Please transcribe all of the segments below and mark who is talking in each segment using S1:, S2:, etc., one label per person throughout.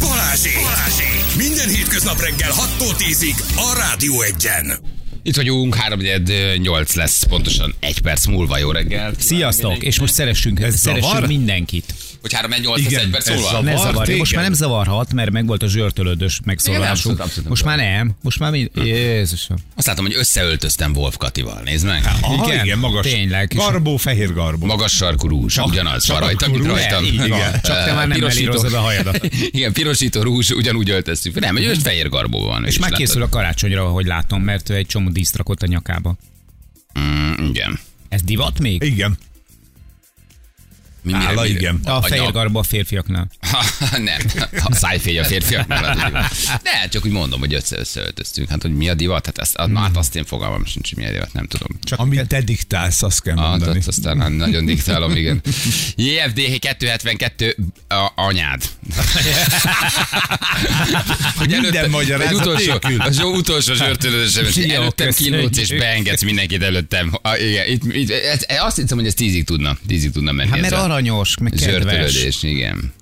S1: Balázsék! Balázsék! Minden hétköznap reggel 6-tól 10-ig a Rádió Egyen.
S2: Itt vagyunk, 3-8 lesz pontosan egy perc múlva, jó reggel.
S3: Sziasztok, és most szeressünk,
S4: Ez
S3: szeressünk
S4: zavar?
S3: mindenkit.
S2: Hogy 3-8 lesz
S4: Igen,
S2: egy perc
S4: ez
S2: múlva?
S4: zavar.
S3: Ne
S4: Var,
S3: zavarj,
S4: téged?
S3: most már nem zavarhat, mert megvolt a zsörtölődös
S2: Igen,
S3: megszólalásunk.
S2: abszolút, abszolút
S3: Most már nem, most már mind... Jézusom.
S2: Azt látom, hogy összeöltöztem Wolf Katival, nézd meg.
S4: Aha, igen, magas.
S3: Tényleg. És-
S4: Garbó, fehér garbó.
S2: Magas sarkú rúzs, ugyanaz van rajta, mint
S4: sarkú rúzs,
S2: rajtam.
S4: igen, igen.
S3: Csak te már nem elírozod a hajadat. Mhm.
S2: Igen, pirosító rúzs, ugyanúgy öltöztük. Nem, egy ős fehér garbó van. ő
S3: És
S2: is
S3: már
S2: látod.
S3: készül a karácsonyra, ahogy látom, mert egy csomó díszrakott a nyakába.
S2: Mm, igen.
S3: Ez divat még?
S4: Igen.
S2: Mi, mire,
S4: Álla,
S2: mire?
S4: igen.
S3: A fehér
S2: nyak-
S3: garba a férfiaknál.
S2: Ha, nem, a szájfény a férfiaknál. az úgy van. De hát csak úgy mondom, hogy össze összeöltöztünk. Hát, hogy mi a divat, hát azt, hmm. hát azt én fogalmam sincs, hogy mi a divat, nem tudom.
S4: Csak Amit te diktálsz, azt kell
S2: Ah,
S4: mondani.
S2: ott aztán nagyon diktálom, igen. JFDH 272 a, anyád. Hogy
S4: Minden magyarázat
S2: egy utolsó,
S4: nélkül.
S2: az jó utolsó zsörtölősöm, és
S3: Jó,
S2: előttem
S3: köszönjük.
S2: kínlódsz, és beengedsz mindenkit előttem. A, igen, itt, itt, ez, azt hiszem, hogy ez tízig tudna, tízig tudna menni.
S3: Hát
S2: ez
S3: mert
S2: a
S3: aranyos, meg kedves.
S2: Zsörtölődés, igen.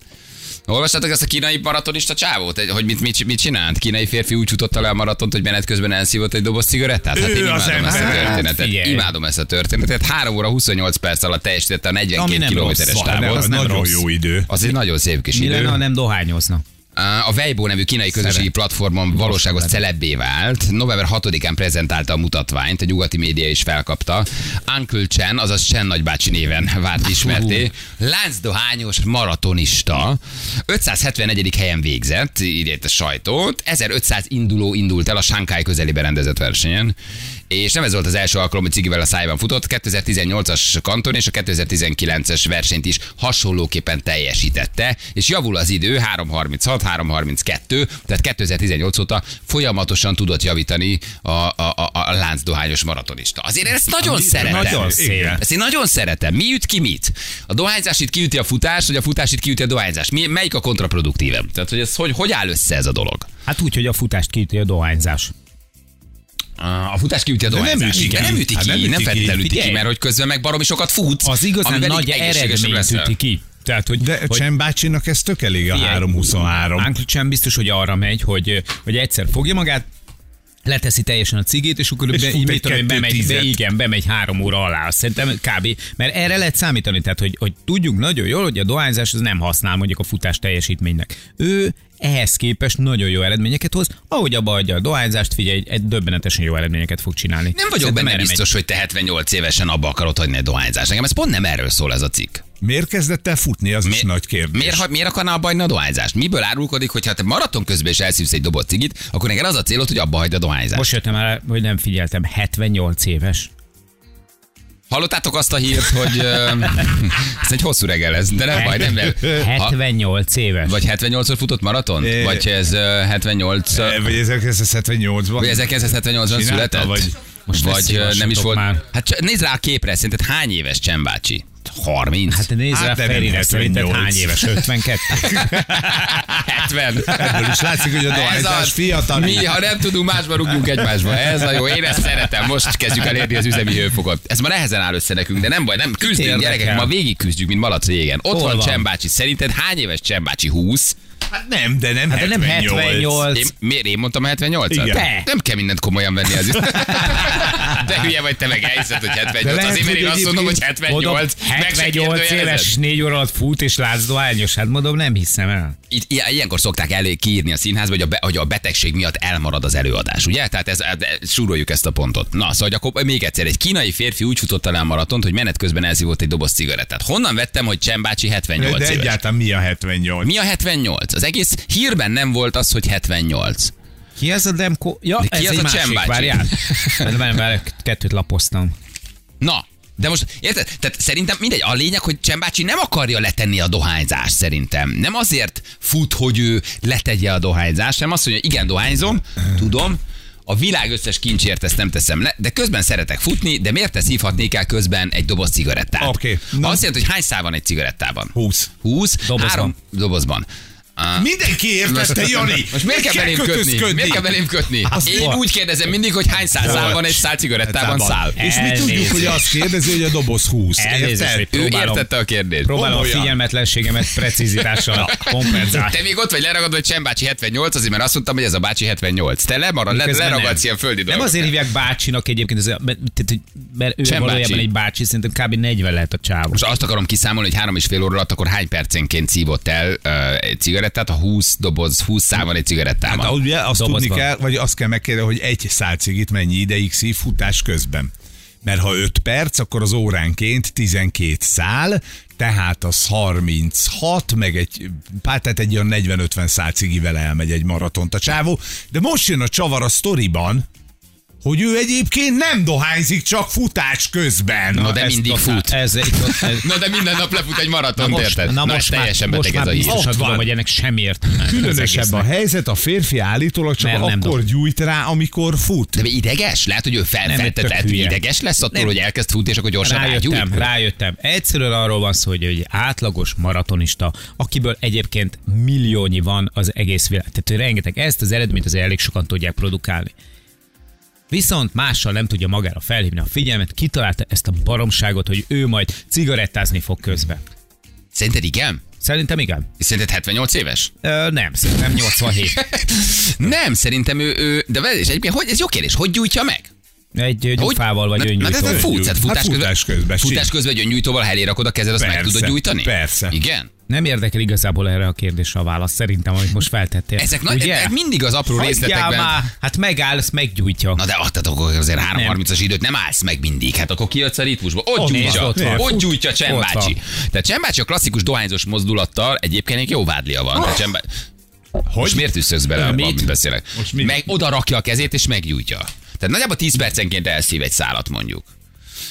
S2: Olvastátok ezt a kínai maratonista csávót, Egy- hogy mit, mit, mit csinált? Kínai férfi úgy futotta le a maratont, hogy menet közben elszívott egy doboz cigarettát. Hát
S4: Ő
S2: én imádom ezt
S4: az
S2: a
S4: ember.
S2: történetet.
S3: Hát figyelj.
S2: imádom ezt a történetet. 3 óra 28 perc alatt teljesítette a
S3: Ami
S2: 42
S3: nem
S2: kilométeres
S3: rossz.
S4: Nem,
S2: távot.
S4: az
S3: nem
S4: nagyon
S3: rossz.
S4: jó idő.
S2: Az egy nagyon szép kis
S3: Mi lenne, ha
S2: idő.
S3: nem dohányozna?
S2: A Weibo nevű kínai közösségi platformon valóságos celebbé vált. November 6-án prezentálta a mutatványt, a nyugati média is felkapta. Uncle Chen, azaz Chen nagybácsi néven várt ismerté. Láncdohányos maratonista. 571. helyen végzett, írja itt a sajtót. 1500 induló indult el a Sánkály közelében rendezett versenyen. És nem ez volt az első alkalom, hogy Cigivel a szájban futott. 2018-as kanton és a 2019-es versenyt is hasonlóképpen teljesítette, és javul az idő 3.36, 3.32, tehát 2018 óta folyamatosan tudott javítani a, a, a, a láncdohányos maratonista. Azért én ezt nagyon szeretem.
S4: Nagyon szép.
S2: Ezt én nagyon szeretem. Mi üt ki mit? A dohányzás itt kiüti a futás, vagy a futás itt kiüti a dohányzás? Mi, melyik a kontraproduktívem? Tehát, hogy, ez, hogy hogy áll össze ez a dolog?
S3: Hát úgy, hogy a futást kiüti a dohányzás.
S2: A futás kiüti a
S4: nem
S2: dohányzást.
S4: üti ki.
S2: Igen, nem üti
S4: Hát
S2: ki,
S4: nem üti
S2: nem
S4: ki.
S2: feltétlenül üti ki,
S3: Figyelj.
S2: mert hogy közben meg baromi sokat futsz.
S3: Az igazán
S2: amivel így
S3: nagy
S2: egészségesebb
S3: eredményt
S2: leszel.
S3: üti ki. Tehát, hogy,
S4: De
S3: hogy
S4: Csen bácsinak ez tök elég a
S3: Figyelj.
S4: 323.
S3: Uncle Chan biztos, hogy arra megy, hogy, hogy egyszer fogja magát, leteszi teljesen a cigét, és akkor
S4: És
S3: be,
S4: fut
S3: mit
S4: egy
S3: tudom, én,
S4: kettő
S3: bemegy,
S4: tízet.
S3: be, igen, bemegy három óra alá, szerintem kb. Mert erre lehet számítani, tehát hogy, hogy tudjuk nagyon jól, hogy a dohányzás az nem használ mondjuk a futás teljesítménynek. Ő ehhez képest nagyon jó eredményeket hoz, ahogy abba adja a dohányzást, figyelj, egy döbbenetesen jó eredményeket fog csinálni.
S2: Nem vagyok
S3: Szerintem
S2: benne
S3: erre megy.
S2: biztos, hogy te 78 évesen abba akarod hagyni a dohányzást. Nekem ez pont nem erről szól ez a cikk.
S4: Miért kezdett el futni, az is nagy kérdés.
S2: Miért, ha- miért akarná abba hagyni a dohányzást? Miből árulkodik, hogyha te maraton közben is elszívsz egy doboz cigit, akkor neked az a célod, hogy abba hagyd a dohányzást.
S3: Most
S2: Most
S3: jöttem el, hogy nem figyeltem, 78 éves.
S2: hallottátok azt a hírt, hogy ö, ez egy hosszú reggel lesz, de nem baj, nem, nem. Ha,
S3: 78 éves.
S2: vagy 78-szor futott maraton?
S4: É.
S2: Vagy ez ö, 78
S4: Eh, Vagy 1978-ban?
S2: Vagy 1978-ban
S4: Csinálta,
S2: született?
S4: vagy-
S2: most
S3: ne
S2: vagy ö, nem is
S3: szívassatok
S2: volt. Már.
S3: már.
S2: Hát csak nézd rá a képre, szerinted hány éves Csen bácsi? 30?
S3: Hát nézd
S4: Hát
S3: rá
S4: de nem
S3: Ferire,
S4: 78.
S3: szerinted hány éves? 52?
S2: 70.
S4: Ebből is látszik, hogy a
S2: Ez
S4: dohányzás
S2: az.
S4: fiatal.
S2: Mi, ha nem tudunk, másba rúgjunk egymásba. Ez a jó. Én ezt szeretem. Most kezdjük elérni az üzemi hőfokot. Ez ma nehezen áll össze nekünk, de nem baj, nem küzdünk,
S3: érdekel?
S2: gyerekek. Ma végig küzdjük, mint malac régen. Ott
S3: Hol
S2: van,
S3: van?
S2: Csembácsi. Szerinted hány éves Csembácsi? 20?
S4: Hát nem, de nem
S3: Hát de nem Hát, 78.
S2: Én, miért én mondtam 78
S4: Igen.
S3: Te.
S2: Nem kell mindent komolyan venni az De hülye vagy te meg elhiszed, hogy 78.
S4: lehet,
S2: Azért mert én
S4: hogy
S2: azt mondom, hogy
S4: egyébként
S2: 78. meg se
S3: 78
S2: kérdőjelezed.
S3: éves, 4 óra alatt fut és lázdohányos. Hát mondom, nem hiszem el.
S2: Itt, ilyen- ilyenkor szokták elő kiírni a színházba, hogy a, be, hogy a betegség miatt elmarad az előadás, ugye? Tehát ez, de súroljuk ezt a pontot. Na, szóval hogy akkor még egyszer, egy kínai férfi úgy futotta le a maratont, hogy menet közben elszívott egy doboz cigarettát. Honnan vettem, hogy Csembácsi 78
S4: De
S2: éves?
S4: egyáltalán mi a 78?
S2: Mi a 78? Az egész hírben nem volt az, hogy 78.
S3: Ki ez a Demko? Ja,
S2: De ki az
S3: ez egy
S2: a
S3: másik,
S2: Csembácsi?
S3: várjál. Nem, nem, várjál, kettőt lapoztam.
S2: Na, de most, érted? Tehát szerintem mindegy, a lényeg, hogy Csembácsi nem akarja letenni a dohányzást, szerintem. Nem azért fut, hogy ő letegye a dohányzást, hanem azt mondja, igen, dohányzom, tudom, a világ összes kincsért ezt nem teszem le, de közben szeretek futni, de miért te szívhatnék el közben egy doboz cigarettát?
S4: Oké.
S2: Azt jelenti, hogy hány szál van egy cigarettában?
S4: 20.
S2: 20,
S3: Dobozban.
S2: Három, dobozban. Ah.
S4: Mindenki értette, Jani.
S2: Most miért kell belém kötni? Miért kell belém kötni?
S3: Azt
S2: Én
S3: volt.
S2: úgy kérdezem mindig, hogy hány száz szál van egy szál cigarettában szál.
S3: És mi
S4: Elnézést.
S3: tudjuk, hogy azt
S4: kérdezi, hogy a doboz 20.
S3: Elnézést, hogy
S2: Ő
S3: próbálom,
S2: értette a kérdést.
S3: próbálom a
S4: Komolyan.
S3: figyelmetlenségemet precizitással kompenzálni.
S2: Te még ott vagy leragadva, hogy Csen bácsi 78, azért mert azt mondtam, hogy ez a bácsi 78. Te lemarad, le,
S3: Miközben
S2: leragadsz
S3: nem.
S2: ilyen földi
S3: Nem azért hívják bácsinak egyébként, ez, mert, tehát, hogy- mert ő
S2: Sem
S3: valójában
S2: bácsi.
S3: egy bácsi, szerintem kb. 40 lehet a csávó.
S2: Most azt akarom kiszámolni, hogy három és fél óra alatt akkor hány percenként szívott el ö, egy cigarettát, a 20 doboz, 20 szám van egy cigarettában.
S4: Hát, ugye azt
S3: Dobozban.
S4: tudni kell, vagy azt kell megkérdezni, hogy egy szál cigit mennyi ideig szív futás közben. Mert ha 5 perc, akkor az óránként 12 szál, tehát az 36, meg egy, pár, tehát egy olyan 40-50 szál cigivel elmegy egy maratont a csávó. De most jön a csavar a sztoriban, hogy ő egyébként nem dohányzik, csak futás közben.
S2: Na de
S3: Ez
S2: mindig
S3: totál-
S2: fut.
S3: Ez, ez, ez,
S2: Na de minden nap lefut egy maraton, érted?
S3: na
S2: ez
S3: most már,
S2: teljesen
S3: most
S2: beteg ez
S3: már
S2: a hír. Oh.
S3: biztosan
S4: Ott
S3: tudom,
S4: van.
S3: hogy ennek semmi értelme. az
S4: Különösebb a
S3: egésznek.
S4: helyzet, a férfi állítólag csak
S3: Mert nem
S4: akkor
S3: dohány.
S4: gyújt rá, amikor fut.
S2: De mi ideges? Lehet, hogy ő fel,
S3: Nem,
S2: feltetett,
S3: tök
S2: hogy
S3: hülye.
S2: ideges lesz attól, hogy elkezd futni, és akkor gyorsan rágyújt.
S3: Rájöttem, rájöttem. Egyszerűen arról van szó, hogy egy átlagos maratonista, akiből egyébként milliónyi van az egész világ. Tehát hogy rengeteg. Ezt az eredményt azért elég sokan tudják produkálni. Viszont mással nem tudja magára felhívni a figyelmet, kitalálta ezt a baromságot, hogy ő majd cigarettázni fog közben.
S2: Szerinted igen?
S3: Szerintem igen.
S2: Szerinted 78 éves?
S3: Ö, nem, szerintem 87.
S2: Nem, szerintem ő, ő de vel- és egyébként, hogy, ez jó kérdés, hogy gyújtja meg?
S3: Egy ö,
S2: Hogy?
S3: gyufával vagy
S2: Na, na, de
S3: öngyújtóval.
S2: te futsz, hát futás,
S4: Hát futás közben,
S2: Futás
S4: simán.
S2: közben, hogy öngyújtóval helé rakod a kezed, azt meg
S4: Persze,
S2: tudod gyújtani?
S4: persze.
S2: Igen?
S3: Nem érdekel igazából erre a kérdésre a válasz, szerintem, amit most feltettél.
S2: Ezek nagy, e- e- mindig az apró
S3: Hagyjál
S2: részletekben.
S3: már, Hát megállsz, meggyújtja.
S2: Na de adtatok azért
S3: Nem.
S2: 3.30-as időt, nem állsz meg mindig. Hát akkor kijössz a ritmusba. Ott,
S3: Ott
S2: gyújtja,
S3: van, ott van.
S2: ott gyújtja Csen
S3: Ott van.
S2: bácsi. Tehát Csen bácsi a klasszikus dohányzós mozdulattal egyébként neki jó vádlia
S3: Ah.
S2: van. Tehát Csen bá- Most miért üszöksz bele, abban, amit beszélek?
S4: Most mit?
S2: meg oda rakja a kezét és meggyújtja. Tehát nagyjából 10 percenként elszív egy szálat mondjuk.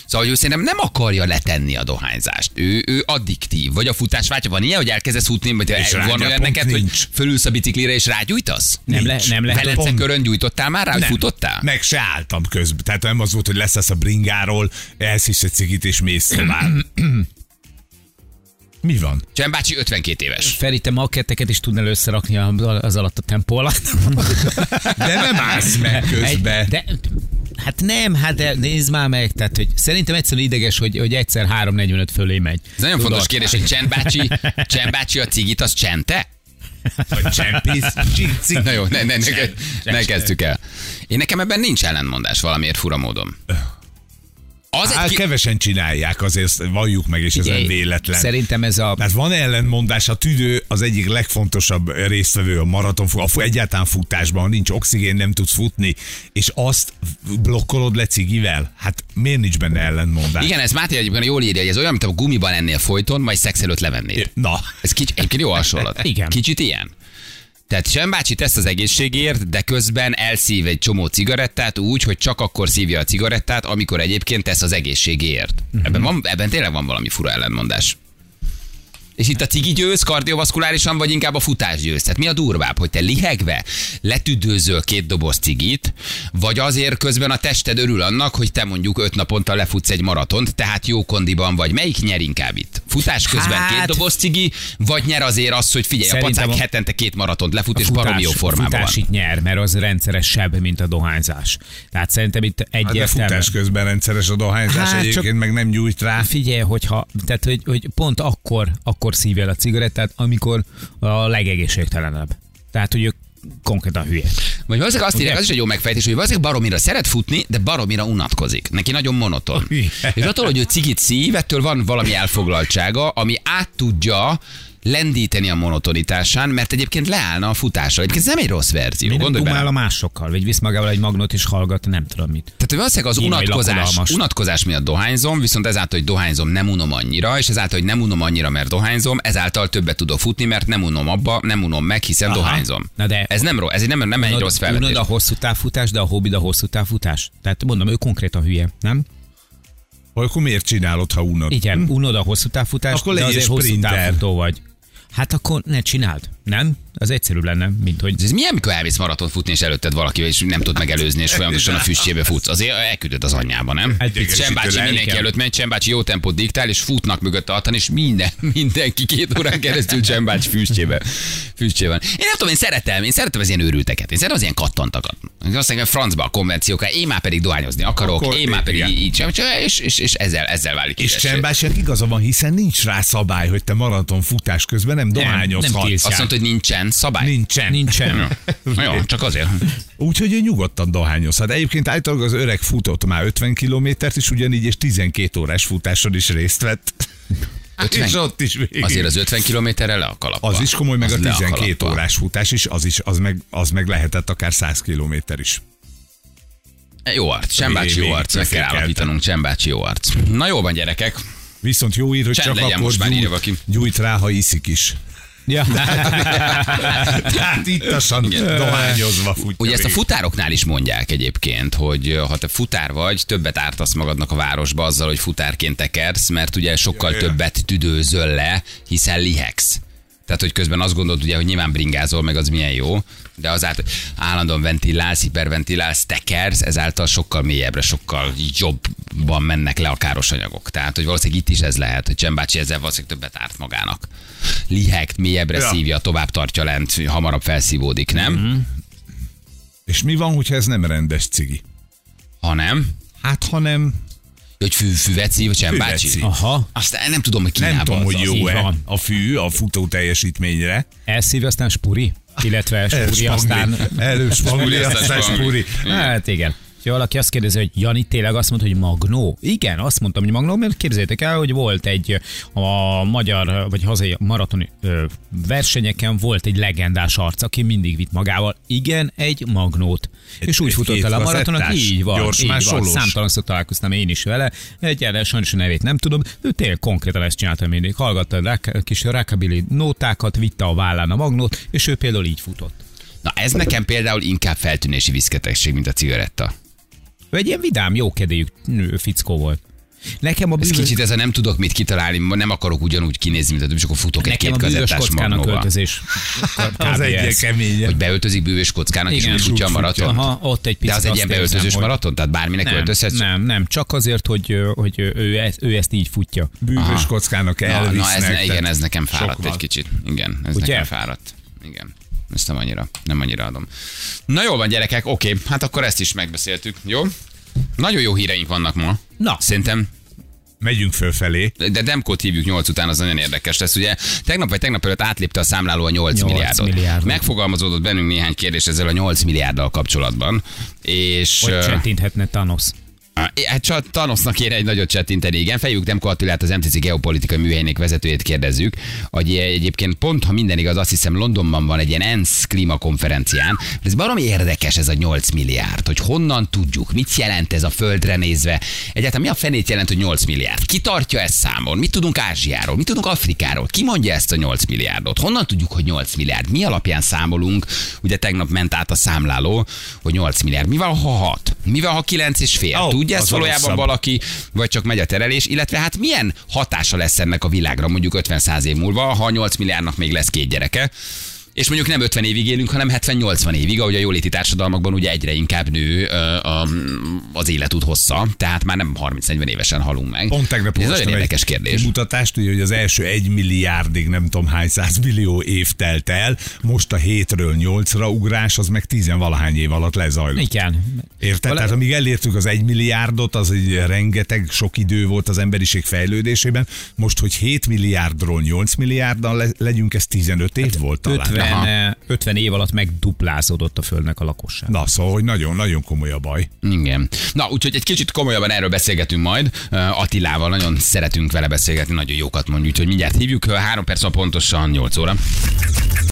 S2: Szóval, hogy ő szerintem nem akarja letenni a dohányzást. Ő, ő addiktív, vagy a futás váltja. Van ilyen, hogy elkezdesz futni, vagy
S4: És
S2: van
S4: rágyapont
S2: olyan neked,
S4: nincs.
S2: hogy fölülsz a biciklire és rágyújtasz?
S3: Nem le- nem lehet.
S2: Velence
S3: Pont.
S2: körön gyújtottál már rá, hogy
S4: Nem.
S2: futottál?
S4: Meg se álltam közben. Tehát nem az volt, hogy leszesz a bringáról, elszívsz egy cigit és mész tovább. Mi van?
S2: Csen bácsi 52 éves.
S3: Feri, te maketteket is tudnál összerakni a- az alatt a tempó alatt.
S4: De nem állsz meg közben.
S3: Egy, de, hát nem, hát de nézd már meg, tehát hogy szerintem egyszerűen ideges, hogy, hogy egyszer 3.45 fölé megy.
S2: Ez nagyon fontos kérdés, hogy Csend bácsi, Csend bácsi a cigit, az csente?
S4: Vagy csempész. Csinci.
S2: Na jó, ne, ne, ne, ne kezdjük el. Én nekem ebben nincs ellentmondás valamiért fura módon. Az
S4: Hát
S2: egy ki...
S4: kevesen csinálják, azért valljuk meg, és ez nem véletlen. Hát
S3: Szerintem ez a...
S4: Tehát van ellenmondás, a tüdő az egyik legfontosabb résztvevő a maraton, a fu- egyáltalán futásban, ha nincs oxigén, nem tudsz futni, és azt blokkolod le cigivel? Hát miért nincs benne ellenmondás?
S2: Igen, ez Máté egyébként jól írja, hogy ez olyan, mint a gumiban lennél folyton, majd szex előtt levennéd.
S4: Na,
S2: Ez kicsit, egyébként jó hasonlat.
S3: Igen.
S2: Kicsit ilyen. Tehát Sem bácsi tesz az egészségért, de közben elszív egy csomó cigarettát úgy, hogy csak akkor szívja a cigarettát, amikor egyébként tesz az egészségért.
S3: Mhm.
S2: Ebben, van, ebben tényleg van valami fura ellentmondás. És itt a cigi győz kardiovaszkulárisan, vagy inkább a futás győz? Tehát mi a durvább, hogy te lihegve letüdőzöl két doboz cigit, vagy azért közben a tested örül annak, hogy te mondjuk öt naponta lefutsz egy maratont, tehát jó kondiban vagy. Melyik nyer inkább itt? Futás közben
S3: Hát-
S2: két doboz cigi, vagy nyer azért az, hogy figyelj, a
S3: Szerintem
S2: pacák
S3: a-
S2: hetente két maratont lefut,
S3: a
S2: és baromi jó formában
S3: futás
S2: van.
S3: itt nyer, mert az rendszeresebb, mint a dohányzás. Tehát szerintem itt
S4: Hát de
S3: egyértelmű.
S4: futás közben rendszeres a dohányzás,
S3: Hát,
S4: hát, egyébként csak... meg nem gyújt rá.
S3: Figyelj, hogyha, tehát, hogy, hogy pont akkor, akkor szívja el a cigarettát, amikor a legegészségtelenebb. Tehát, hogy ők konkrétan hülye.
S2: Vagy valószínűleg azt írják, az is egy jó megfejtés, hogy valószínűleg baromira szeret futni, de baromira unatkozik. Neki nagyon monoton. És attól, hogy ő cigit szív, ettől van valami elfoglaltsága, ami át tudja lendíteni a monotonitásán, mert egyébként leállna a futásra. Egyébként ez nem egy rossz verzió.
S3: Miért nem
S2: Gondolj bele.
S3: dumál a másokkal, vagy visz magával egy magnót és hallgat, nem tudom mit.
S2: Tehát hogy valószínűleg az
S3: Kínai
S2: unatkozás,
S3: lakodalmas.
S2: unatkozás miatt dohányzom, viszont ezáltal, hogy dohányzom, nem unom annyira, és ezáltal, hogy nem unom annyira, mert dohányzom, ezáltal többet tudok futni, mert nem unom abba, nem unom meg, hiszen Aha. dohányzom.
S3: Na de-
S2: ez nem, ro- ez nem, nem egy
S3: Unod-
S2: rossz felvetés.
S3: Unod a hosszú távfutás, de a hobbid a hosszú távfutás. Tehát mondom, ő konkrétan hülye, nem?
S4: Hogy akkor miért csinálod, ha unod?
S2: Hm.
S3: Igen, unod a hosszú távfutást,
S4: Akkor
S3: de
S4: legyél
S3: azért hosszú
S4: sprinter.
S3: távfutó vagy. Hát akkor ne csináld. Nem? Az egyszerűbb lenne, mint hogy...
S2: Ez milyen, mikor elmész maraton futni, és előtted valaki, és nem tud megelőzni, és folyamatosan a füstjébe futsz. Azért elküldöd az anyjába, nem?
S3: Hát picit
S2: Csembácsi
S3: tőle
S2: mindenki
S3: kell.
S2: előtt megy, Csembácsi jó tempót diktál, és futnak mögött altan, és minden, mindenki két órán keresztül Csembács füstjébe. füstjében. Én nem tudom, én szeretem, én szeretem az ilyen őrülteket, én szeretem az ilyen kattantakat. Azt mondják, francba a konvenciók, én már pedig dohányozni akarok,
S4: Akkor
S2: én már pedig
S4: igen.
S2: így sem, és, és, és, ezzel, ezzel válik.
S4: És
S2: híressé.
S4: Csembásiak igaza van, hiszen nincs rá szabály, hogy te maraton futás közben nem
S3: nem
S4: dohányozhatsz.
S3: tiltják.
S2: Azt mondta, hogy nincsen szabály.
S4: Nincsen.
S3: Nincsen.
S2: Jó, Jó, csak azért.
S4: Úgyhogy ő nyugodtan dohányozhat. Egyébként általában az öreg futott már 50 kilométert is, ugyanígy és 12 órás futáson is részt vett.
S2: 50?
S4: És ott is végig.
S2: Hát Azért az 50 kilométerre le a kalappa.
S4: az is komoly, meg
S2: Az
S4: a
S2: le kalappa.
S4: 12 órás futás is, az, is az, meg, az meg lehetett akár 100 kilométer is.
S2: Jó arc, Csembácsi jó
S4: Végig
S2: arc, meg kell
S4: köszönkeltem.
S2: állapítanunk, Csembácsi jó arc. Na jó van gyerekek,
S4: Viszont jó ír, hogy
S2: Csend
S4: csak
S2: legyen,
S4: akkor
S2: most már írja
S4: gyújt,
S2: valaki.
S4: gyújt rá, ha iszik is.
S3: Ja.
S4: Tehát ittasan dohányozva futja
S2: ugye ezt a
S4: végig.
S2: futároknál is mondják egyébként, hogy ö, ha te futár vagy, többet ártasz magadnak a városba azzal, hogy futárként tekersz, mert ugye sokkal
S4: ja.
S2: többet tüdőzöl le, hiszen lihegsz. Tehát, hogy közben azt gondolod, ugye, hogy nyilván bringázol, meg az milyen jó, de azáltal hogy állandóan ventilálsz, hiperventilálsz, tekersz, ezáltal sokkal mélyebbre, sokkal jobban mennek le a káros anyagok. Tehát, hogy valószínűleg itt is ez lehet, hogy Csembácsi ezzel valószínűleg többet árt magának. Lihegt, mélyebbre ja.
S4: Ja. Mhm.
S2: szívja, tovább tartja lent, hamarabb felszívódik, nem? Mm-hmm.
S4: És mi van, hogyha ez nem rendes cigi?
S2: Ha nem,
S4: Hát, ha nem,
S2: Hogy fű, füveci, vagy sem
S4: Füveci.
S2: bácsi?
S3: Aha.
S2: Azt nem tudom, hogy Kínában
S4: nem tudom, hogy
S2: az- az így
S4: jó-e
S2: van.
S4: a fű a futó teljesítményre.
S3: Elszívja, aztán spuri. Illetve spuri, aztán...
S4: Előbb spangli,
S2: aztán
S4: aztán
S2: spangli.
S4: spuri.
S3: Hát igen. Ja, valaki azt kérdezi, hogy Jani tényleg azt mondta, hogy magnó? Igen, azt mondtam, hogy magnó, mert képzeljétek el, hogy volt egy a magyar vagy hazai maratoni ö, versenyeken volt egy legendás arc, aki mindig vitt magával, igen, egy magnót.
S4: Egy-
S3: és úgy
S4: egy
S3: futott el a
S4: kétkazettás,
S3: maratonon, így van,
S4: gyors
S3: így van.
S4: másolós.
S3: Számtalanszor találkoztam én is vele, egyáltalán sajnos a nevét nem tudom, ő tényleg konkrétan ezt csinálta mindig. Hallgatta a rák- kis rockabilly nótákat, vitte a vállán a magnót, és ő például így futott.
S2: Na ez nekem például inkább feltűnési viszketegség, mint a cigaretta.
S3: Ő egy ilyen vidám, jókedélyű nő, fickó volt. Nekem a
S2: Ez
S3: bűvös,
S2: kicsit ez a nem tudok mit kitalálni, nem akarok ugyanúgy kinézni, mint a többi, és akkor futok egy
S3: nekem
S2: két
S3: a bűvös
S2: kazettás
S3: kockának
S2: magnóval.
S3: költözés.
S4: Az egyik
S2: Hogy
S4: keménye.
S2: beöltözik bűvös kockának, Igen,
S3: Igen.
S2: és úgy futja a maraton.
S3: Aha, ott egy
S2: De
S3: picit
S2: az egy
S3: azt
S2: ilyen
S3: érzem,
S2: beöltözős
S3: hogy-
S2: maraton? Tehát bárminek
S3: Nem,
S2: öltözhetsz?
S3: nem, nem, csak azért, hogy, ö, hogy ö, ő, ezt, ő ezt így futja.
S4: Bűvös kockának
S2: Na, na ez,
S4: elvisznek.
S2: ne, igen,
S4: tehát
S2: ez nekem fáradt
S4: sok
S2: egy
S4: van.
S2: kicsit. Igen, ez
S3: Ugye?
S2: nekem fáradt. Igen. Ezt nem annyira, nem annyira adom. Na jól van, gyerekek, oké, hát akkor ezt is megbeszéltük, jó? Nagyon jó híreink vannak ma.
S3: Na.
S2: Szerintem,
S4: Megyünk fölfelé.
S2: de Demkot hívjuk 8 után, az nagyon érdekes lesz. Ugye tegnap vagy tegnap előtt átlépte a számláló a 8,
S3: 8
S2: milliárdot.
S3: milliárdot.
S2: Megfogalmazódott bennünk néhány kérdés ezzel a 8 milliárddal kapcsolatban. És,
S3: Hogy
S2: ö,
S3: csettinthetne Thanos.
S2: Á, Hát csak Thanosnak kéne egy nagyot csettinteni, igen. Fejük Demko Attilát, az MTC geopolitikai műhelyének vezetőjét kérdezzük, hogy e egyébként pont, ha minden igaz, azt hiszem Londonban van egy ilyen ENSZ klímakonferencián. Ez baromi érdekes ez a 8 milliárd, hogy honnan tudjuk, mit jelent ez a földre nézve. Egyáltalán mi a fenét jelent, hogy 8 milliárd? Ki tartja ezt számon? Mit tudunk Ázsiáról? Mit tudunk Afrikáról? Ki mondja ezt a 8 milliárdot? Honnan tudjuk, hogy 8 milliárd? Mi alapján számolunk? Ugye tegnap ment át a számláló, hogy 8 milliárd. Mi van, ha 6? Mi van, ha 9 és fél?
S4: Ó,
S2: Oh, Tudja
S4: az
S2: ezt
S4: a
S2: valójában
S4: rosszabb.
S2: valaki, vagy csak megy a terelés, illetve hát milyen hatása lesz ennek a világra mondjuk 50-100 év múlva, ha 8 milliárdnak még lesz két gyereke? És mondjuk nem 50 évig élünk, hanem 70-80 évig, ahogy a jóléti társadalmakban ugye egyre inkább nő ö, a, az életút hossza, tehát már nem 30-40 évesen halunk meg.
S4: Pont tegnap
S2: Ez nagyon
S4: olvastam
S2: érdekes
S4: egy
S2: kérdés.
S4: Mutatást, ugye, hogy az első egy milliárdig nem tudom hány százmillió év telt el, most a hétről nyolcra ugrás, az meg tizenvalahány év alatt lezajlott.
S3: Igen.
S4: Érted? Tehát amíg elértük az egy milliárdot, az egy rengeteg sok idő volt az emberiség fejlődésében. Most, hogy 7 milliárdról 8 milliárdan le- legyünk, ez 15
S2: Hát
S4: év volt talán.
S3: 50, eh, 50 év alatt megduplázódott a Földnek a lakosság.
S4: Na, szóval, hogy nagyon-nagyon komoly a baj.
S2: Igen. Na, úgyhogy egy kicsit komolyabban erről beszélgetünk majd. Uh, Attilával nagyon szeretünk vele beszélgetni, nagyon jókat mondjuk, úgyhogy mindjárt hívjuk. Három perc van pontosan 8 óra.